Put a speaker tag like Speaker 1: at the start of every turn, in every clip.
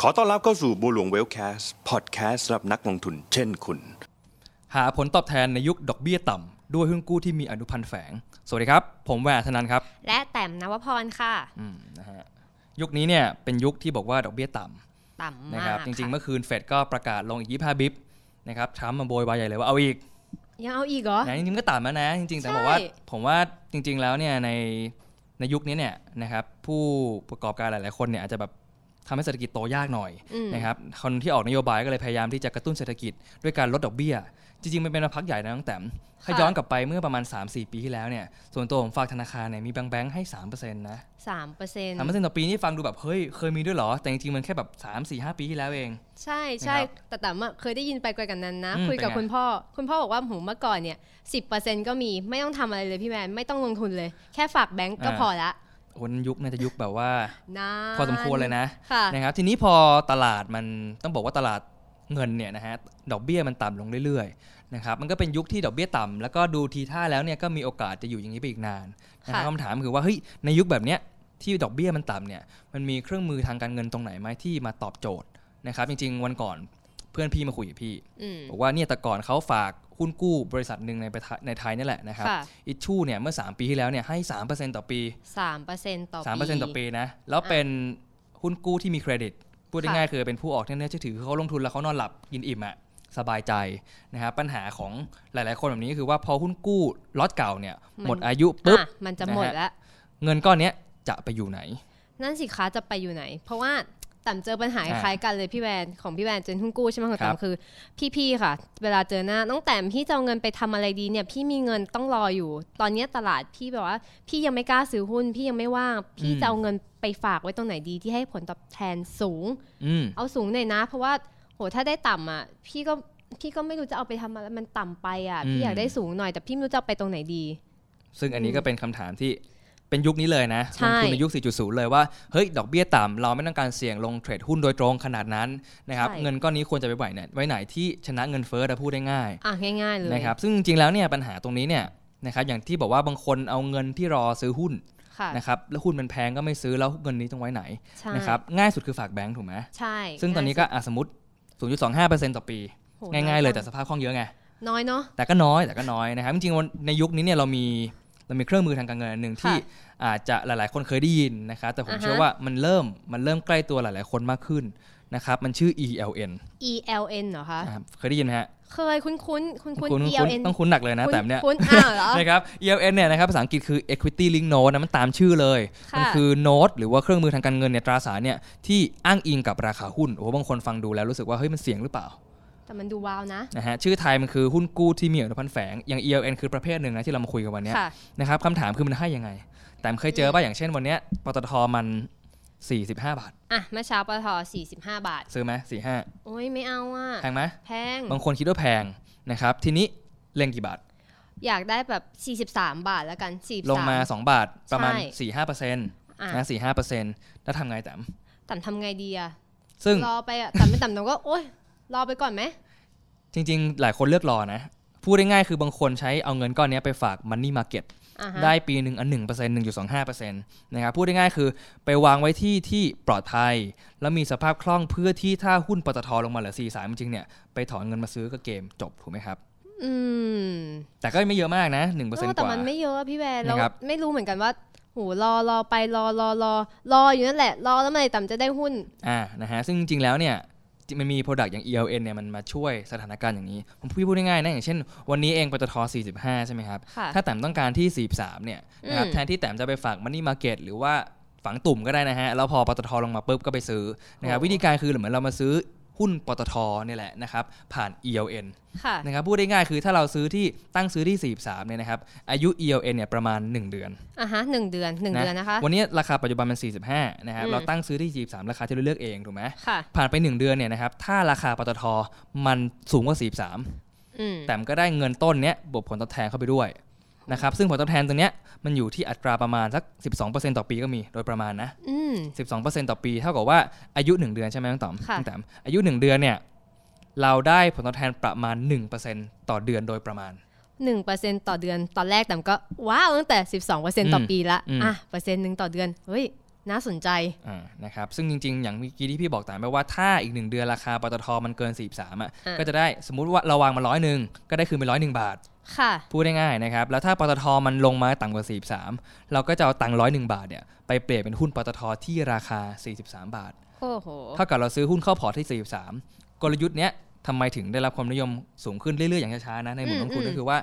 Speaker 1: ขอต้อนรับเข้าสู่บัวหลวงเวลแคสพอดแคสต์สำหรับนักลงทุนเช่นคุณ
Speaker 2: หาผลตอบแทนในยุคดอกเบี้ยต่ำด้วยหุ้นกู้ที่มีอนุพันธ์แฝง สวัสดีครับ ผมแหวนธนันครับ
Speaker 3: และแต้มนวพรค่ะ
Speaker 2: อืมนะฮะยุคนี้เนี่ยเป็นยุคที่บอกว่าดอกเบี้ยต่
Speaker 3: ต่ำ
Speaker 2: ำ
Speaker 3: มา
Speaker 2: นะ
Speaker 3: ก
Speaker 2: ครับจริงๆ
Speaker 3: ค่ะ
Speaker 2: เมื่อคืนเฟดก็ประกาศลงอีก25บิปนะครับทรัมป์มาโบยบายใหญ่เลยว่าเอาอีก
Speaker 3: ยังเอาอีกเหรอ
Speaker 2: นะจริงๆก็ต่ำแล้วนะ จริงๆแต่
Speaker 3: ใช่
Speaker 2: บอกว่าผมว่าจริง ๆแล้วเนี่ยในในยุคนี้เนี่ยนะครับผู้ประกอบการหลายๆคนเนี่ยอาจจะแบบทำให้เศรษฐกิจโตยากหน่อย
Speaker 3: อืม
Speaker 2: นะครับคนที่ออกนโยบายก็เลยพยายามที่จะกระตุ้นเศรษฐกิจด้วยการลดดอกเบี้ย จริงๆมันเป็นมาพักใหญ่นะตั้งแต่ถ้าย้อนกลับไปเมื่อประมาณ 3-4 ปีที่แล้วเนี่ยส่วนตัวผมฝากธนาคารเนี่ยมีแบงค์แบงค์ให้ 3%นะ
Speaker 3: สามเปอร์เซ็นต์
Speaker 2: สามเปอร์เซ็นต์ต่อปีนี่ฟังดูแบบเฮ้ยเคยมีด้วยเหรอ แต่จริงๆมันแค่แบบ 3-4-5 ปีที่แล้วเอง
Speaker 3: ใช่ใช่
Speaker 2: นะครับ
Speaker 3: แต่ต่ำอะเคยได้ยินไปไกลกันนั้นนะ
Speaker 2: อืม
Speaker 3: คุยกับ
Speaker 2: เป็นไง
Speaker 3: คุณพ่อ คุณพ่อบอกว่าหูเมื่อก่อนเนี่ยสิบเปอร์เซ็นต์ก็มีไม่ต้องทำอะไรเลยพี่แมน ไม่ต้องลงทุนเลย แค่ฝากแบงก์ก็พอละ
Speaker 2: โอ้นนยุคน่าจะยุคแบบว่า
Speaker 3: นะ
Speaker 2: พอสมควรเลยนะ
Speaker 3: ค่ะ
Speaker 2: นะครับทีนี้พอตลาดมันต้องบอกว่าตลาดเงินเนี่ยนะฮะดอกเบี้ยมันต่ำลงเรื่อยๆนะครับมันก็เป็นยุคที่ดอกเบี้ยต่ำแล้วก็ดูทีท่าแล้วเนี่ยก็มีโอกาสจะอยู่อย่างนี้ไปอีกนานนะครับ
Speaker 3: ค่ะ
Speaker 2: คำถามคือว่าเฮ้ยในยุคแบบเนี้ยที่ดอกเบี้ยมันต่ำเนี่ยมันมีเครื่องมือทางการเงินตรงไหนไหมที่มาตอบโจทย์นะครับจริงๆวันก่อนเพื่อนพี่มาคุยกับพี่
Speaker 3: อืม
Speaker 2: บอกว่าเนี่ยแต่ก่อนเขาฝากหุ้นกู้บริษัทหนึ่งในประเทศในไทยนี่แหละนะครับ
Speaker 3: ค่ะ
Speaker 2: อิชชูเนี่ยเมื่อ 3 ปีที่แล้วเนี่ยให้3%ต่อปี
Speaker 3: สามเปอร์เซ็นต์ต่อปี
Speaker 2: สามเปอร์เซ็นต์ต่อปีนะ แล้วเป็นหุ้นกู้ที่มีเครดิต พูด
Speaker 3: ค่ะ
Speaker 2: ง่ายๆคือเป็นผู้ออกที่น่าเชื่อถือคือเขาลงทุนแล้วเขานอนหลับกินอิ่มอะสบายใจนะครับปัญหาของหลายๆ คนแบบนี้ก็คือว่าพอหุ้นกู้ล็อตเก่าเนี่ยหมดอายุปุ๊บ
Speaker 3: อ่ะมันจะหมด
Speaker 2: นะฮะ
Speaker 3: ละ
Speaker 2: เงินก้อนเนี้ยจะไปอยู่ไหน
Speaker 3: นั่นสิคะจะไปอยู่ไหน เพราะว่าต่ำเจอปัญหา
Speaker 2: อ่า
Speaker 3: คล้ายกันเลยพี่แวนของพี่แวนเจนหุ้นกู้ใช่ไหมของ
Speaker 2: ครับ
Speaker 3: ต่ำคือ พี่ๆค่ะ เวลาเจอหน้าน้องแต้มพี่จะเอาเงินไปทำอะไรดีเนี่ย พี่มีเงินต้องรออยู่ ตอนเนี้ยตลาดพี่แบบว่า พี่ยังไม่กล้าซื้อหุ้น พี่ยังไม่ว่าง พี่จะเอาเงินไปฝากไว้ตรงไหนดีที่ให้ผลตอบแทนสูง
Speaker 2: อืม
Speaker 3: เอาสูงหน่อยนะ เพราะว่าโหถ้าได้ต่ำอ่ะพี่ก็พี่ก็ไม่รู้จะเอาไปทำอะไรมันต่ำไปอ่ะ
Speaker 2: อื
Speaker 3: พี่
Speaker 2: ม
Speaker 3: อยากได้สูงหน่อยแต่พี่ไม่รู้จะเอาไปตรงไหนดี
Speaker 2: ซึ่งอันนี้ก็เป็นคำถามที่เป็นยุคนี้เลยนะ
Speaker 3: ใช่
Speaker 2: ลงทุนในยุค 4.0 เลยว่าเฮ้ยดอกเบี้ยต่ำเราไม่ต้องการเสี่ยงลงเทรดหุ้นโดยตรงขนาดนั้นนะครับเงินก้อนนี้ควรจะไปไหวเนี่ยไว้ไหนที่ชนะเงินเฟ้อเราพูดได้ง่าย
Speaker 3: อ่ะง่ายๆเลย
Speaker 2: นะครับซึ่งจริงๆแล้วเนี่ยปัญหาตรงนี้เนี่ยนะครับอย่างที่บอกว่าบางคนเอาเงินที่รอซื้อหุ้น
Speaker 3: ค่ะ
Speaker 2: นะครับแล้วหุ้นมันแพงก็ไม่ซื้อแล้วเงินนี้ต้องไว้ไหน
Speaker 3: ใช่
Speaker 2: นะครับง่ายสุดคือฝากแบงก์ถูกไหม
Speaker 3: ใช่
Speaker 2: ซึ่งตอนนี้ก็อ่ะสมมติ 0.25%ต่อปี
Speaker 3: โห
Speaker 2: ง่ายๆเลยแต่สภาพคล่องเยอะไง
Speaker 3: น้อยเนาะ
Speaker 2: แต่ก็น้อยแต่ก็น้อยนะครับจริงๆวันในยุคนี้เนี่ยเรามีเรามีเครื่องมือทางการเงินอันหนึ่งที่อาจจะหลายๆ คนเคยได้ยินนะครับแต่ผม
Speaker 3: อ่าฮะ
Speaker 2: เชื่อว่ามันเริ่มมันเริ่มใกล้ตัวหลายๆ คนมากขึ้นนะครับมันชื่อ ELN
Speaker 3: ELN เหรอคะ
Speaker 2: อ่ะเคยได้ยินไหมฮะ
Speaker 3: เคยคุ้นๆคุ้นๆ
Speaker 2: คุณคุณ
Speaker 3: ELN
Speaker 2: ต้องคุณหนักเลยนะแต่เนี่ย
Speaker 3: คุ้นๆอ้าวเหรอ
Speaker 2: นะครับ ELN เนี่ยนะครับภาษาอังกฤษคือ Equity Link Note นะมันตามชื่อเลย
Speaker 3: ค่ะ
Speaker 2: มัคือโน้ตหรือว่าเครื่องมือทางการเงินเนี่ยตราสารเนี่ยที่อ้างอิงกับราคาหุ้นโอ้โหบางคนฟังดูแล้วรู้สึกว่าเฮ้ยมันเสี่ยงหรือเปล่า
Speaker 3: แต่มันดูว้าวนะ
Speaker 2: นะฮะชื่อไทยมันคือหุ้นกู้ที่มีอนุพันธ์แฝงอย่าง ELN คือประเภทหนึ่งนะที่เรามาคุยกันวันเนี้ย
Speaker 3: ค่ะ
Speaker 2: นะครับคำถามคือมันให้ยังไง แต่เคยเจอป่ะอย่างเช่นวันเนี้ยปตทมัน 45 บาท
Speaker 3: อ่ะเมื่อเช้าปตท45 บาท
Speaker 2: ซื้อไหมสี่ห้า
Speaker 3: โอ้ยไม่เอาอ่ะ
Speaker 2: แพงไหม
Speaker 3: แพง
Speaker 2: บางคนคิดว่าแพงนะครับทีนี้เล่งกี่บาท
Speaker 3: อยากได้แบบ 43 บาทแล้วกัน 43
Speaker 2: ลงมา 2 บาทประมาณ
Speaker 3: ใช่
Speaker 2: 4 5เปอร์เซ็นต์
Speaker 3: อ่ะ
Speaker 2: นะสี่ห้าเปอร์เซ็นต์แล้วทำไงแต่ม
Speaker 3: ต่ำทำไงดีอ่ะ
Speaker 2: ซึ่ง
Speaker 3: รอไปอ่ะ ต่ำไม่ต่ำต่ำก็โอ้ยรอไปก่อนไหม
Speaker 2: จริงๆ หลายคนเลือกรอนะ พูดได้ง่ายๆคือบางคนใช้เอาเงินก้อนเนี้ยไปฝาก Money Market
Speaker 3: อ่ะฮะ
Speaker 2: ได้ปีหนึ่งอันหนึ่งเปอร์เซ็นต์หนึ่งจุดสองห้าเปอร์เซ็นต์นะครับ พูดได้ง่ายๆคือไปวางไว้ที่ที่ปลอดภัย แล้วมีสภาพคล่องเพื่อที่ถ้าหุ้นปตทลงมาเหลือสี่สามจริงๆเนี่ยไปถอนเงินมาซื้อก็เกมจบถูกไหมครับ
Speaker 3: อืม
Speaker 2: แต่ก็ไม่เยอะมากนะหนึ่งเปอร์เซ็นต์ก
Speaker 3: แต่
Speaker 2: ว่า
Speaker 3: มันไม่เยอะอะพี่แวร์แล้ว
Speaker 2: นะครับ
Speaker 3: ไม่รู้เหมือนกันว่าโหรอรอไปรอรอรอรออยู่นั่นแหละ รอแล้วเมื่อไหร่ต่ำจะได้หุ้น
Speaker 2: อ่านะฮะซึ่งจริงๆแล้วเนี่ยมันมี Product อย่าง ELN เนี่ยมันมาช่วยสถานการณ์อย่างนี้ผมพูดง่ายๆนะอย่างเช่น วันนี้เองปตท45ใช่ไหมครับ
Speaker 3: ค่ะ
Speaker 2: ถ้าแต้มต้องการที่ 43 เนี่ยนะครับ
Speaker 3: อืม
Speaker 2: แทนที่แต้มจะไปฝากมันนี่มาเก็ตหรือว่าฝังตุ่มก็ได้นะฮะ แล้วพอปตทลงมาปุ๊บก็ไปซื้อนะครับวิธีการคือเหมือนเรามาซื้อหุ้นปตทเนี่ยแหละนะครับผ่าน ELN
Speaker 3: ค่ะ
Speaker 2: นะครับพูดได้ง่ายคือถ้าเราซื้อที่ตั้งซื้อที่ 43เนี่ยนะครับอายุ ELN เนี่ยประมาณ 1 เดือน
Speaker 3: อ่ะฮะหนึ่งเดือนหนึ่งเดือนนะคะ
Speaker 2: วันนี้ราคาปัจจุบันมัน 45นะครับ
Speaker 3: อืม
Speaker 2: เราตั้งซื้อที่ 43 ราคาที่เราเลือกเองถูกไหม
Speaker 3: ค่ะ
Speaker 2: ผ่านไป 1 เดือนเนี่ยนะครับถ้าราคาปตทมันสูงกว่า 43
Speaker 3: อืม
Speaker 2: แต่มันก็ได้เงินต้นเนี้ยบวกผลตอบแทนเข้าไปด้วยนะครับซึ่งผลตอบแทนตรงเนี้ยมันอยู่ที่อัตราประมาณสัก 12%ต่อปีก็มีโดยประมาณนะ
Speaker 3: อืม
Speaker 2: 12%ต่อปีเท่ากับว่าอายุ 1 เดือนใช่ไหมน้องต๋อม
Speaker 3: ค่ะ
Speaker 2: น้องแต๋มอายุ 1 เดือนเนี่ยเราได้ผลตอบแทนประมาณ 1%ต่อเดือนโดยประมาณ
Speaker 3: หนึ่งเปอร์เซ็นต่อเดือนตอนแรกแต่ก็ว้าวตั้งแต่สิบสองเปอร์เซ็นต่อ
Speaker 2: ม
Speaker 3: ปีละ
Speaker 2: อืม
Speaker 3: อ่ะเปอร์เซ็นต์หนึ่งต่อเดือนเฮ้ย น่าสนใจ
Speaker 2: อ่านะครับซึ่งจริง ๆ อย่างเมื่อกี้ที่พี่บอกตามไปว่าถ้าอีกหนึ่งเดือนราคาปตทมันเกิน 43อ่ะ
Speaker 3: อ่า
Speaker 2: ก็จะได้สมมุติว่าเราวางมาร้อยหนึ่งก็ได้คืนไปร้อยหนึ่งบาท
Speaker 3: ค่ะ
Speaker 2: พูดได้ง่ายนะครับ แล้วถ้าปตทมันลงมาต่ำกว่า 43 เราก็จะเอาตังค์ร้อยหนึ่งบาทเนี่ยไปเปลี่ยนเป็นหุ้นปตทที่ราคา 43 บาท
Speaker 3: โอ้โห
Speaker 2: เท่ากับเราซื้อหุ้นเข้าพอร์ตที่ 43 กลยุทธ์เนี้ยทำไมถึงได้รับความนิยมสูงขึ้นเรื่อย ๆ อย่างช้าๆนะในหมู่นักลงทุน
Speaker 3: อืม
Speaker 2: ก็คือว่า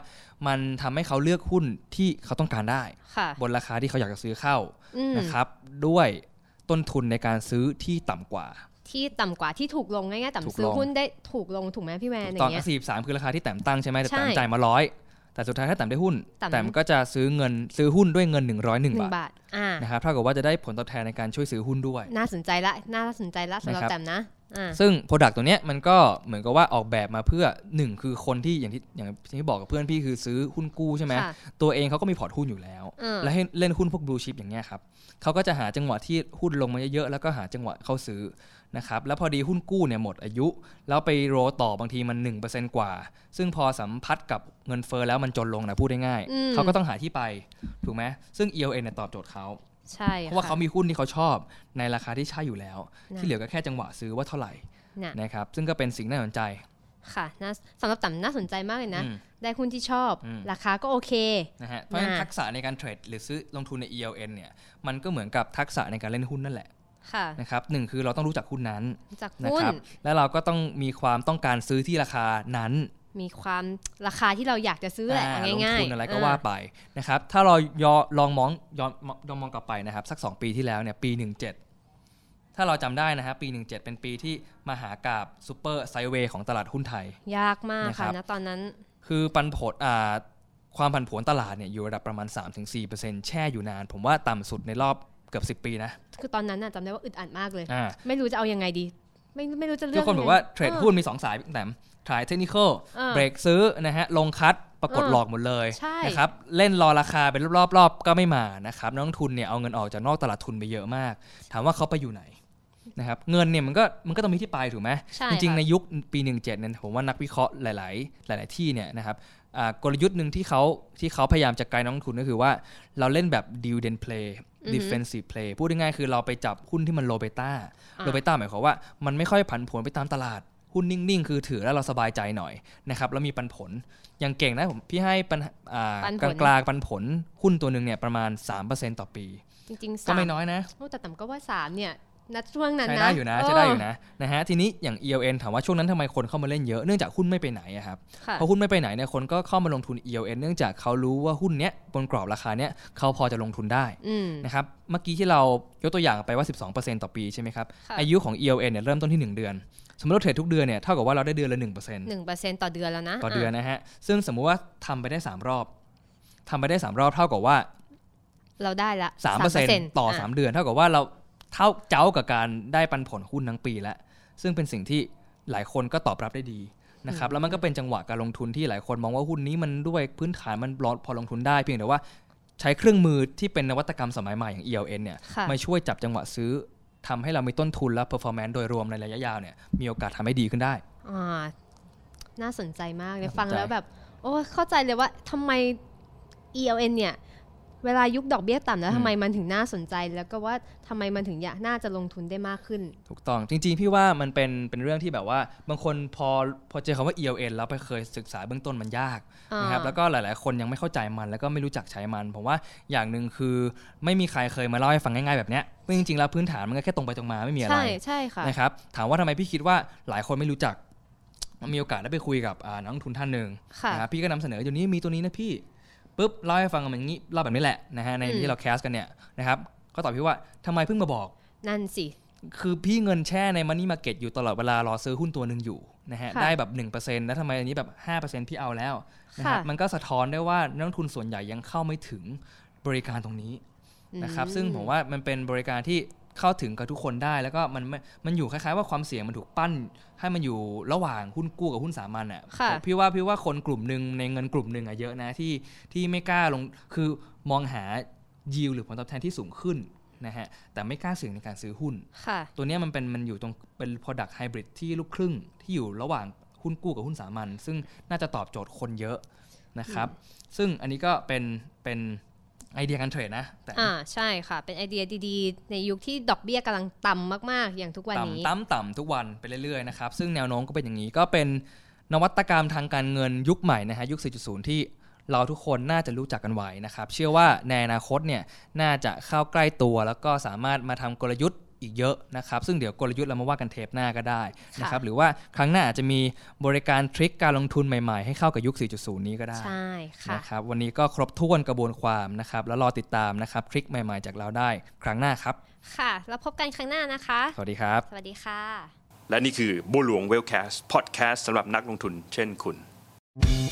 Speaker 2: มันทำให้เขาเลือกหุ้นที่เขาต้องการได้
Speaker 3: ค่ะ
Speaker 2: บนราคาที่เขาอยากจะซื้อเข้า
Speaker 3: อืม
Speaker 2: นะครับด้วยต้นทุนในการซื้อที่ต่ำกว่า
Speaker 3: ที่ต่ำกว่าที่ถูกลงง่ายๆ
Speaker 2: ถูก
Speaker 3: ต่ำซื้อ
Speaker 2: ลง
Speaker 3: หุ้นได้ถูกลงถูกไหมพี่แวนอ
Speaker 2: ตอย่าง น
Speaker 3: เงี้ย
Speaker 2: สี่สามคือราคาที่แต้มตั้งใช่ไหมแต่แต้ม
Speaker 3: ใช่
Speaker 2: จ่ายมาร้อยแต่สุดท้ายถ้าแต้มได้หุ้น
Speaker 3: แต้ม
Speaker 2: แต้มก็จะซื้อเงินซื้อหุ้นด้วยเงิน 101
Speaker 3: หนึ่
Speaker 2: บาง ท
Speaker 3: บาท อ่า
Speaker 2: นะครับเท่ากับว่าจะได้ผลตอบแทนในการช่วยซื้อหุ้นด้วย
Speaker 3: น่าสนใจละ น่าสนใจละสำห
Speaker 2: นะ
Speaker 3: รับ
Speaker 2: ครับ
Speaker 3: แต้มนะ อ่า
Speaker 2: ซึ่ง Product ตัวเนี้ยมันก็เหมือนกับว่าออกแบบมาเพื่อหนึ่งคือคนที่อย่างที่อย่างที่บอกกับเพื่อนพี่คือซื้อหุ้นกู้ใช่ไหม
Speaker 3: ค่ะ
Speaker 2: ตัวเองเขาก็มีพอร์ตหุ้นอยู่แล้ว
Speaker 3: เออ
Speaker 2: และให้เล่นหุ้นพวก blue chip อย่างเงี้ยครับเขาก็จะหาจังหวะที่หุ้นลงมาเยอะๆแล้วก็หาจังหวะเข้าซื้อนะครับแล้วพอดีหุ้นกู้เนี่ยหมดอายุ แล้วไปโรต่อบางทีมัน 1%กว่า ซึ่งพอสัมพัทธ์กับเงินเฟอ้อแล้วมันจนลงนะพูดได้ง่าย
Speaker 3: อืม
Speaker 2: เขาก็ต้องหาที่ไปถูกไหมซึ่ง ELN เนี่ยตอบโจทย์เขา
Speaker 3: ใช่
Speaker 2: เพราะว่า
Speaker 3: ค่
Speaker 2: เขามีหุ้นที่เขาชอบในราคาที่ใช่อยู่แล้ว
Speaker 3: นะ
Speaker 2: ที่เหลือก็แค่จังหวะซื้อว่าเท่าไหร่
Speaker 3: นะ
Speaker 2: นะครับซึ่งก็เป็นสิ่งน่าสนใจ
Speaker 3: ค่ะน่าสำหรับแต้มน่าสนใจมากเลยนะ
Speaker 2: อืม
Speaker 3: ได้หุ้นที่ชอบ
Speaker 2: อืม
Speaker 3: ราคาก็โอเค
Speaker 2: นะฮะเพราะฉะนั้น
Speaker 3: นะ
Speaker 2: ทักษะในการเทรดหรือซื้อลงทุนใน ELN เนี่ยมันก็เหมือนกับทักษะในการเล่นหุ้นนั่นแหละ
Speaker 3: ค่ะ
Speaker 2: นะครับหนึ่งคือเราต้องรู้จักหุ้นนั้น
Speaker 3: จาก
Speaker 2: นะ
Speaker 3: หุ้น
Speaker 2: ครับแล้วเราก็ต้องมีความต้องการซื้อที่ราคานั้น
Speaker 3: มีความราคาที่เราอยากจะซื้อแหละ
Speaker 2: อ่า
Speaker 3: เอา
Speaker 2: ลง
Speaker 3: ง่าย
Speaker 2: ทุน
Speaker 3: ๆ
Speaker 2: อะไรก็ว่าไปนะครับถ้าเรายอลองมองย้อนยอมมองกลับไปนะครับสัก 2 ปีที่แล้วเนี่ยปี 17 ถ้าเราจำได้นะฮะปี 17 เป็นปีที่มหากาบซูเปอร์ไซด์เวย์ของตลาดหุ้นไทย
Speaker 3: ยากมากค่ะ
Speaker 2: นะครับ
Speaker 3: นะตอนนั้น
Speaker 2: คือปันผลอ่าความผันผวนตลาดเนี่ยอยู่ระดับประมาณ 3-4%แช่อยู่นาน ผมว่าต่ำสุดในรอบเกือบ 10 ปีนะ
Speaker 3: คือตอนนั้นน่ะจำได้ว่าอึดอัดมากเลย
Speaker 2: อ่า
Speaker 3: ไม่รู้จะเอายังไงดี ไม่ไม่รู้จะเลื
Speaker 2: ทุ
Speaker 3: อก ก
Speaker 2: คนบอก
Speaker 3: ยังไง
Speaker 2: ว่าเทรดหุ้นมี 2 สายแต่สายเทคนิคอล
Speaker 3: เออ
Speaker 2: เบรกซื้อนะฮะลงคัดปรากฏ
Speaker 3: เออ
Speaker 2: หลอกหมดเลย
Speaker 3: ใช่
Speaker 2: นะครับเล่นรอราคาเป็นรอบๆ ก็ไม่มานะครับนักลงทุนเนี่ยเอาเงินออกจากนอกตลาดทุนไปเยอะมาก ถามว่าเขาไปอยู่ไหนนะครับเงินเนี่ยมันก็มันก็ต้องมีที่ไปถูกไหม
Speaker 3: ใช่
Speaker 2: จริงๆ
Speaker 3: ค่ะ
Speaker 2: ในยุคปี 17เนี่ยผมว่านักวิเคราะห์หลาย ๆ หลาย ๆ ที่เนี่ยนะครับอ่ากลยุทธ์หนึ่งที่เขาที่เขาพยายามจะไกลนักลงทุนก็คือว่าเราเล่นแบบ dividend play defensive play พูดง่ายๆคือเราไปจับหุ้นที่มัน low beta
Speaker 3: ะ
Speaker 2: low beta หมายความว่ามันไม่ค่อยผันผวนไปตามตลาด หุ้นนิ่ง ๆ คือถือแล้วเราสบายใจหน่อยนะครับแล้วมีปันผลอย่างเก่งนะผมพี่ให้ปันอ่า
Speaker 3: ปันผ
Speaker 2: ก
Speaker 3: ล
Speaker 2: ลางๆปันผลหุ้นตัวหนึ่งเนี่ยประมาณ 3%ต่อปี
Speaker 3: จริงๆ
Speaker 2: ก็
Speaker 3: สาม
Speaker 2: ไม่น้อยนะ
Speaker 3: โอ้แต่ต่ำก็ว่าสามเนี่ยณช่วงนั้น
Speaker 2: ใช้
Speaker 3: นะ
Speaker 2: ได้อยู่นะ
Speaker 3: เ
Speaker 2: ใช้ได้อยู่นะนะฮะทีนี้อย่าง ELN ถามว่าช่วงนั้นทำไมคนเข้ามาเล่นเยอะเนื่องจากหุ้นไม่ไปไหนอะครับ
Speaker 3: ค่ะ
Speaker 2: พอหุ้นไม่ไปไหนเนี่ยคนก็เข้ามาลงทุน ELN เนื่องจากเขารู้ว่าหุ้นเนี้ยบนกรอบราคาเนี้ยเขาพอจะลงทุนได้
Speaker 3: อืม
Speaker 2: นะครับเมื่อกี้ที่เรายกตัวอย่างไปว่า 12%ต่อปีใช่ไหมครับ
Speaker 3: ค่ะ
Speaker 2: อายุของ ELN เนี่ยเริ่มต้นที่ 1 เดือน สมมติเราเทรดทุกเดือนเนี่ยเท่ากับว่าเราได้เดือนละ1%
Speaker 3: หนึ่งเปอร์เซ็นต์ต่อเดือนแล้วนะ
Speaker 2: ต่อเดือนนะฮะซึ่งสมมุติว่าทำไปได้สามรอบทำไปได้สามรอบเท่ากับว่า
Speaker 3: ะเราได้ละ
Speaker 2: สามเปอร์เซ็นต์ต่อสามเดือน เท่ากับว่าเราเท่าเจ้ากับการได้ปันผลหุ้นทั้งปีแล้ว ซึ่งเป็นสิ่งที่หลายคนก็ตอบรับได้ดีนะครับแล้วมันก็เป็นจังหวะการลงทุนที่หลายคนมองว่าหุ้นนี้มันด้วยพื้นฐานมันพอลงทุนได้เพียงแต่ว่าใช้เครื่องมือที่เป็นนวัตกรรมสมัยใหม่อย่าง ELN เนี่ย
Speaker 3: ค่ะ
Speaker 2: มาช่วยจับจังหวะซื้อทำให้เรามีต้นทุนและ performance โดยรวมในระยะยาวเนี่ยมีโอกาสทำให้ดีขึ้นได้
Speaker 3: อ่าน่าสนใจมากเลย
Speaker 2: น่าสนใจ
Speaker 3: ฟังแล้วแบบ โอ้เข้าใจเลยว่าทำไม ELN เนี่ย เวลายุคดอกเบี้ยต่ำแล้วทำไมมันถึงน่าสนใจ แล้วก็ว่าทำไมมันถึงอยากน่าจะลงทุนได้มากขึ้น
Speaker 2: ถูกต้องจริงๆ พี่ว่ามันเป็นเป็นเรื่องที่แบบว่าบางคนพอพอเจอคำว่า ELN แล้วไปเคยศึกษาเบื้องต้นมันยาก นะครับแล้วก็หลายๆ คนยังไม่เข้าใจมันแล้วก็ไม่รู้จักใช้มันผมว่าอย่างหนึ่งคือไม่มีใครเคยมาเล่าให้ฟังง่ายๆแบบเนี้ยซึ่งจริงๆแล้วพื้นฐานมันก็แค่ตรงไปตรงมาไม่มีอะไร
Speaker 3: ใช่ใช่ค่ะ
Speaker 2: นะครับถามว่าทำไมพี่คิดว่าหลายคนไม่รู้จักมีโอกาสได้ไปคุยกับอ่านักลงทุนท่านหนึ่ง
Speaker 3: ค่ะ
Speaker 2: นะครับพี่ก็นำเสนออยู่นี้มีตัวนี้นะพี่ปุ๊บเล่าให้ฟังกันแบบนี้เล่าแบบนี้แหละนะฮะใน
Speaker 3: อืม
Speaker 2: ที่เราแคสกันเนี่ยนะครับก็ตอบพี่ว่าทำไมเพิ่งมาบอก
Speaker 3: นั่นสิ
Speaker 2: คือพี่เงินแช่ในมันนี่มาเก็ตอยู่ตลอดเวลารอซื้อหุ้นตัวหนึ่งอยู่นะฮะ
Speaker 3: ค่ะ
Speaker 2: ได้แบบ 1%แล้วทำไมอันนี้แบบ 5%พี่เอาแล้วนะ
Speaker 3: ค่ะ
Speaker 2: ฮะมันก็สะท้อนได้ว่านักลงทุนส่วนใหญ่ยังเข้าไม่ถึงบริการตรงนี้นะครับซึ่งผมว่ามันเป็นบริการที่เข้าถึงกับทุกคนได้แล้วก็มันไม่มันอยู่คล้ายๆว่าความเสี่ยงมันถูกปั้น ให้มันอยู่ระหว่างหุ้นกู้กับหุ้นสามัญอ่ะ
Speaker 3: ค่ะ
Speaker 2: พี่ว่าพี่ว่าคนกลุ่มหนึ่งในเงินกลุ่มหนึ่งอะเยอะนะที่ที่ไม่กล้าลงคือมองหายิวหรือผลตอบแทนที่สูงขึ้นนะฮะแต่ไม่กล้าเสี่ยงในการซื้อหุ้น
Speaker 3: ค่ะ
Speaker 2: ตัวเนี้ยมันเป็นมันอยู่ตรงเป็น product hybrid ที่ลูกครึ่งที่อยู่ระหว่างหุ้นกู้กับหุ้นสามัญซึ่งน่าจะตอบโจทย์คนเยอะนะครับ ซึ่งอันนี้ก็เป็นเป็น ไอเดียการเทรดนะแต่
Speaker 3: อ่าใช่ค่ะ เป็นไอเดียดีๆ ในยุคที่ดอกเบี้ยกำลังต่ำมากๆ อย่างทุกวันนี้
Speaker 2: ต่ำต่ำต่ำทุกวันไปเรื่อยๆนะครับซึ่งแนวโน้มก็เป็นอย่างนี้ก็เป็นนวัตกรรมทางการเงินยุคใหม่นะฮะยุค 4.0 ที่เราทุกคนน่าจะรู้จักกันไว้นะครับ เชื่อว่าในอนาคตเนี่ยน่าจะเข้าใกล้ตัวแล้วก็สามารถมาทำกลยุทธ์อีกเยอะนะครับ ซึ่งเดี๋ยวกลยุทธ์เรามาว่ากันเทปหน้าก็ได้นะครับหรือว่าครั้งหน้าอาจจะมีบริการทริคการลงทุนใหม่ๆ ให้เข้ากับยุค 4.0 นี้ก็ได้
Speaker 3: ใช่ค่ะ
Speaker 2: นะครับวันนี้ก็ครบถ้วนกระบวนความนะครับแล้วรอติดตามนะครับทริคใหม่ๆจากเราได้ ครั้งหน้าครับ
Speaker 3: ค่ะ แล้วพบกันครั้งหน้านะคะ
Speaker 2: สวัสดีครับ
Speaker 3: สวัสดีค่ะ
Speaker 1: และนี่คือบัวหลวงเวลแคสต์พอดแคสต์สำหรับนักลงทุนเช่นคุณ